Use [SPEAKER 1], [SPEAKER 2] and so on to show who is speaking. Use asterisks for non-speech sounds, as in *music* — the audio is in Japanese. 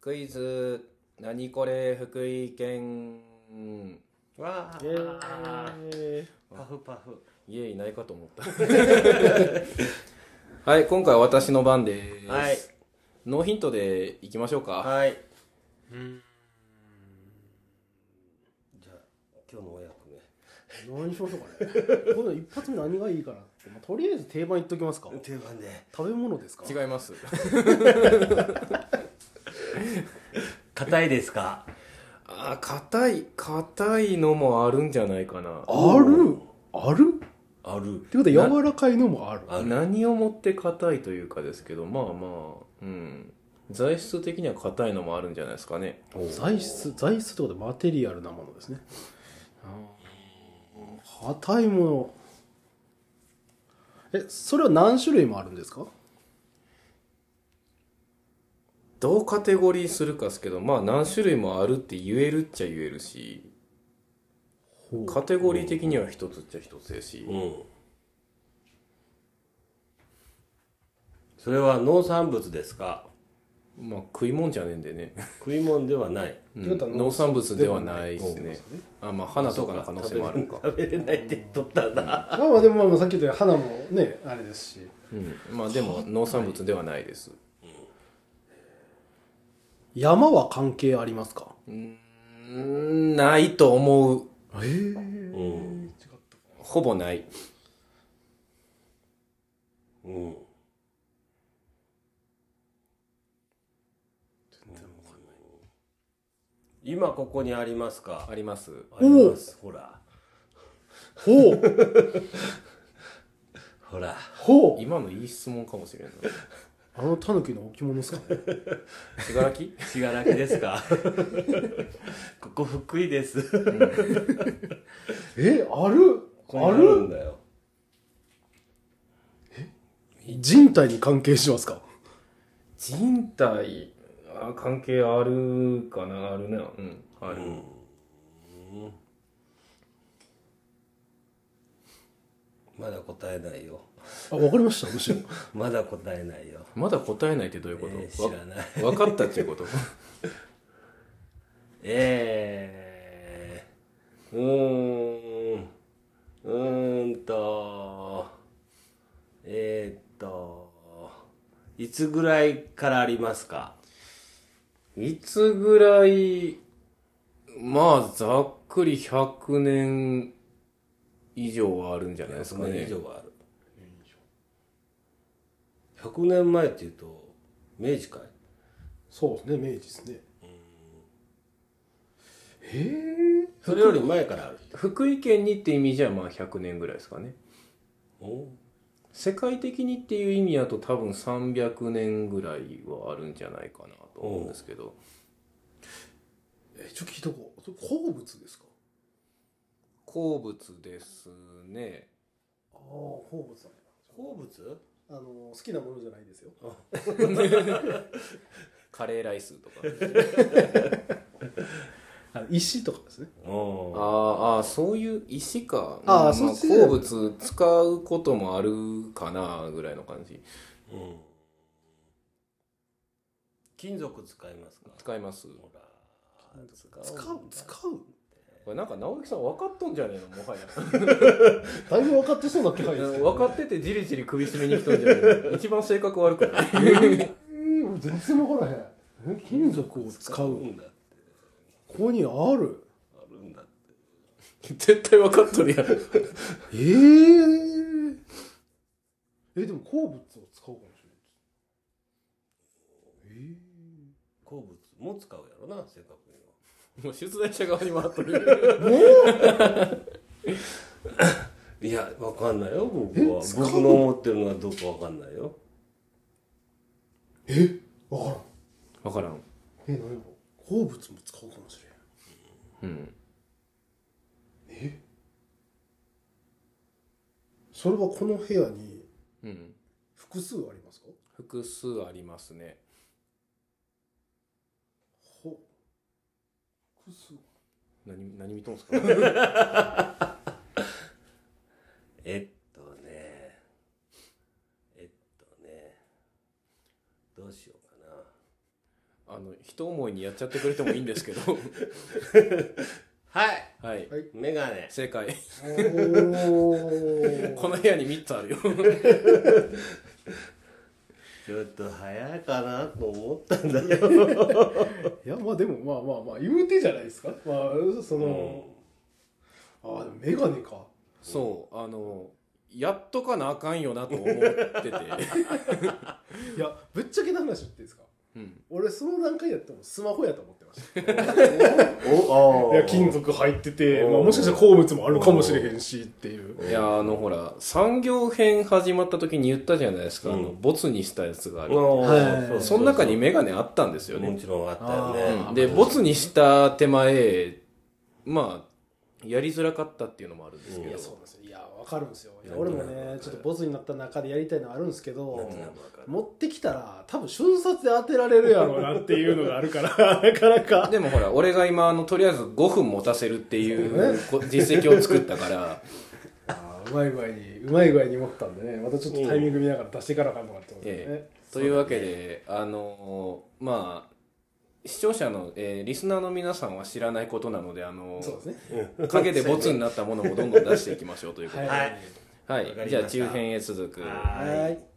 [SPEAKER 1] クイズ、何これ、福井県は、
[SPEAKER 2] えー、
[SPEAKER 3] パフパフ
[SPEAKER 1] 家いないかと思った。はい、今回は私の番です。
[SPEAKER 3] はい
[SPEAKER 1] ノーヒントでいきましょうか。
[SPEAKER 3] はい
[SPEAKER 2] うん
[SPEAKER 3] じゃあ今日のお役
[SPEAKER 2] 何しましょうかねこの一発目何がいいかなって、まあとりあえず定番言っときますか
[SPEAKER 3] 目定番で
[SPEAKER 2] 食べ物ですか
[SPEAKER 1] 違います。
[SPEAKER 3] 硬いですか
[SPEAKER 1] あー、硬い、硬いのもあるんじゃないかな。
[SPEAKER 2] あるあるっ
[SPEAKER 3] ある
[SPEAKER 2] てことは柔らかいのもある
[SPEAKER 3] ある
[SPEAKER 1] 何をもって硬いというかですけど、まあまあ、うん。材質的には硬いのもあるんじゃないですかね。
[SPEAKER 2] 材質材質ってことはマテリアルなものですね硬いものえそれは何種類もあるんですか
[SPEAKER 1] どうカテゴリーするかですけど、まあ何種類もあるって言えるっちゃ言えるし、カテゴリー的には一つっちゃ一つやし、
[SPEAKER 3] うんそれは農産物ですか
[SPEAKER 1] まあ食い物じゃねえんでね。
[SPEAKER 3] 食い物ではない
[SPEAKER 1] うん
[SPEAKER 2] ってことは
[SPEAKER 1] 農産物ではないです
[SPEAKER 2] そうで
[SPEAKER 1] ね
[SPEAKER 2] すね。
[SPEAKER 1] あ、まあ花とかの可能性もあるか。
[SPEAKER 3] 食べれないって言っとったな、
[SPEAKER 2] まあまあでもまあまあさっき言ったように花もねあれですし
[SPEAKER 1] うん。まあでも農産物ではないです。
[SPEAKER 2] 山は関係ありますか
[SPEAKER 1] うーん、ないと思う。
[SPEAKER 2] ええ
[SPEAKER 3] うん
[SPEAKER 1] ほぼない。
[SPEAKER 3] うん今ここにありますか
[SPEAKER 1] あります。
[SPEAKER 3] ありますほら
[SPEAKER 2] ほう
[SPEAKER 3] ほら
[SPEAKER 2] ほう
[SPEAKER 1] 今のいい質問かもしれない。
[SPEAKER 2] あのタヌキの置物ですかね
[SPEAKER 1] 茨城
[SPEAKER 3] 信楽ですか *laughs* ここ福井です
[SPEAKER 2] *laughs* えある
[SPEAKER 3] ここ
[SPEAKER 2] あ
[SPEAKER 3] にあるん
[SPEAKER 2] る
[SPEAKER 3] だよ
[SPEAKER 2] 人体に関係しますか
[SPEAKER 1] *laughs* 人体、あ関係あるかな、あるな。うん、ある。
[SPEAKER 3] まだ答えないよ
[SPEAKER 2] あわかりましたむしろ
[SPEAKER 3] まだ答えないよ、
[SPEAKER 1] まだ答えないってどういうこと、
[SPEAKER 3] えー知らない
[SPEAKER 1] わ分かったっていうこと
[SPEAKER 3] えー、うーんうーんとえー、っといつぐらいからありますか
[SPEAKER 1] *laughs* いつぐらい、まあ、ざっくり100年以上はあるんじゃないですか
[SPEAKER 3] 100年以
[SPEAKER 1] ね。
[SPEAKER 3] 上はある100年前っていうと明治かい
[SPEAKER 2] そうですね明治ですねへえ
[SPEAKER 3] それより前からある
[SPEAKER 1] 福井県にって意味じゃ、まあ100年ぐらいですかね。
[SPEAKER 3] お
[SPEAKER 1] 世界的にっていう意味だと多分300年ぐらいはあるんじゃないかなと思うんですけど。
[SPEAKER 2] えちょっと聞いとこうそれ鉱物ですか
[SPEAKER 1] 鉱物ですね。
[SPEAKER 2] ああ鉱物だね
[SPEAKER 3] 鉱物
[SPEAKER 2] あの好きなものじゃないですよ
[SPEAKER 1] カレーライスとか。
[SPEAKER 2] あ石とかですね
[SPEAKER 3] おー
[SPEAKER 1] あーあー、そういう石か。
[SPEAKER 2] あー
[SPEAKER 1] ま
[SPEAKER 2] そっち
[SPEAKER 1] 鉱物使うこともあるかな、ぐらいの感じ。
[SPEAKER 3] うん金属使いますか
[SPEAKER 1] 使います。
[SPEAKER 3] ほら
[SPEAKER 2] 使
[SPEAKER 3] んだ
[SPEAKER 2] う使う
[SPEAKER 1] これなんか直樹さん分かっとんじゃねえの、もはや。
[SPEAKER 2] だいぶ分かってそうな気配ですけど
[SPEAKER 1] 分かっててじりじり首絞めに来とんじゃね *laughs* えの。一番性格悪くない。
[SPEAKER 2] えー俺全然分からへんえ金属を使
[SPEAKER 3] あ
[SPEAKER 2] う
[SPEAKER 3] る
[SPEAKER 2] こ
[SPEAKER 3] んだって
[SPEAKER 2] こにある
[SPEAKER 3] あるんだっ
[SPEAKER 1] *laughs*
[SPEAKER 3] て
[SPEAKER 1] 絶対分かっとるやろ。
[SPEAKER 2] えー、えでも鉱物を使うかもしれないです
[SPEAKER 3] 鉱物も使うやろな正確には
[SPEAKER 1] もう出題者側に回っとる。
[SPEAKER 3] いやわかんないよ僕
[SPEAKER 2] え
[SPEAKER 3] は
[SPEAKER 2] 使う
[SPEAKER 3] 僕の思ってるのはどうかわかんないよ
[SPEAKER 2] えー、え分からん
[SPEAKER 1] 分からん。
[SPEAKER 2] え何やろ鉱物も使うかもしれん
[SPEAKER 1] うん。
[SPEAKER 2] えそれはこの部屋に
[SPEAKER 1] うん。
[SPEAKER 2] 複数ありますか
[SPEAKER 1] 複数ありますね。
[SPEAKER 2] ほ複 *laughs* 数
[SPEAKER 1] 何、何見とんすかう
[SPEAKER 3] えっとねえっとねどうしようかな
[SPEAKER 1] ああの、一思いにやっちゃってくれてもいいんですけど。
[SPEAKER 3] はい。
[SPEAKER 1] *laughs* はい。
[SPEAKER 2] はい
[SPEAKER 3] メガネ。
[SPEAKER 1] 正解。
[SPEAKER 2] おー
[SPEAKER 1] この部屋に3つあるよ。
[SPEAKER 3] ちょっと早いかなと思ったんだよ。
[SPEAKER 2] いやまあでもまあまあまあ言うてじゃないですかまあその、ああでもメガネか
[SPEAKER 1] そう、あの、やっとかなあかんよなと思ってて。
[SPEAKER 2] いやぶっちゃけな話言っていいですか
[SPEAKER 1] うん。
[SPEAKER 2] 俺その段階やってもスマホやと思ってました
[SPEAKER 3] お、あ
[SPEAKER 2] い
[SPEAKER 3] あ。
[SPEAKER 2] や金属入ってて、まあ、
[SPEAKER 3] おー
[SPEAKER 2] もしかしたら鉱物もあるかもしれへんしっていう
[SPEAKER 1] いや、あの、ほら、産業編始まった時に言ったじゃないですか。あの、
[SPEAKER 3] うん
[SPEAKER 1] ボツにしたやつがある。
[SPEAKER 2] はい
[SPEAKER 3] はい。
[SPEAKER 1] その中にメガネあったんですよね
[SPEAKER 3] も。ちろんあったよ
[SPEAKER 1] う
[SPEAKER 3] ね。
[SPEAKER 1] んで、ボツにした手前、まあ、やりづらかったっていうのもあるんですけ
[SPEAKER 2] い
[SPEAKER 1] ど
[SPEAKER 2] や、そうなんですよいやわかるんですよいや
[SPEAKER 3] なん
[SPEAKER 2] 俺
[SPEAKER 3] とな
[SPEAKER 2] も
[SPEAKER 3] く
[SPEAKER 2] ねちょっとボツになった中でやりたいのはあるんですけど
[SPEAKER 3] なんとなくわかる
[SPEAKER 2] 持ってきたら多分瞬殺で当てられるやろうなっていうのがあるから
[SPEAKER 3] *laughs*
[SPEAKER 2] なかなか
[SPEAKER 1] でもほら、俺が今、あの、とりあえず5分持たせるっていうこ実績を作ったから、
[SPEAKER 2] あーうまい具合にうまい具合に持ったんでねまたちょっとタイミング見ながら出していかなあかんのかってことでね、
[SPEAKER 1] えというわけで、あの、まあ、視聴者の、えーリスナーの皆さんは知らないことなので、あの、
[SPEAKER 2] そうですね
[SPEAKER 1] 陰でボツになったものもどんどん出していきましょうということ
[SPEAKER 2] *laughs* は
[SPEAKER 1] で。
[SPEAKER 2] い
[SPEAKER 3] は
[SPEAKER 1] はい。
[SPEAKER 3] い。わかりました
[SPEAKER 1] じゃあ、中編へ続く。
[SPEAKER 3] は
[SPEAKER 2] はい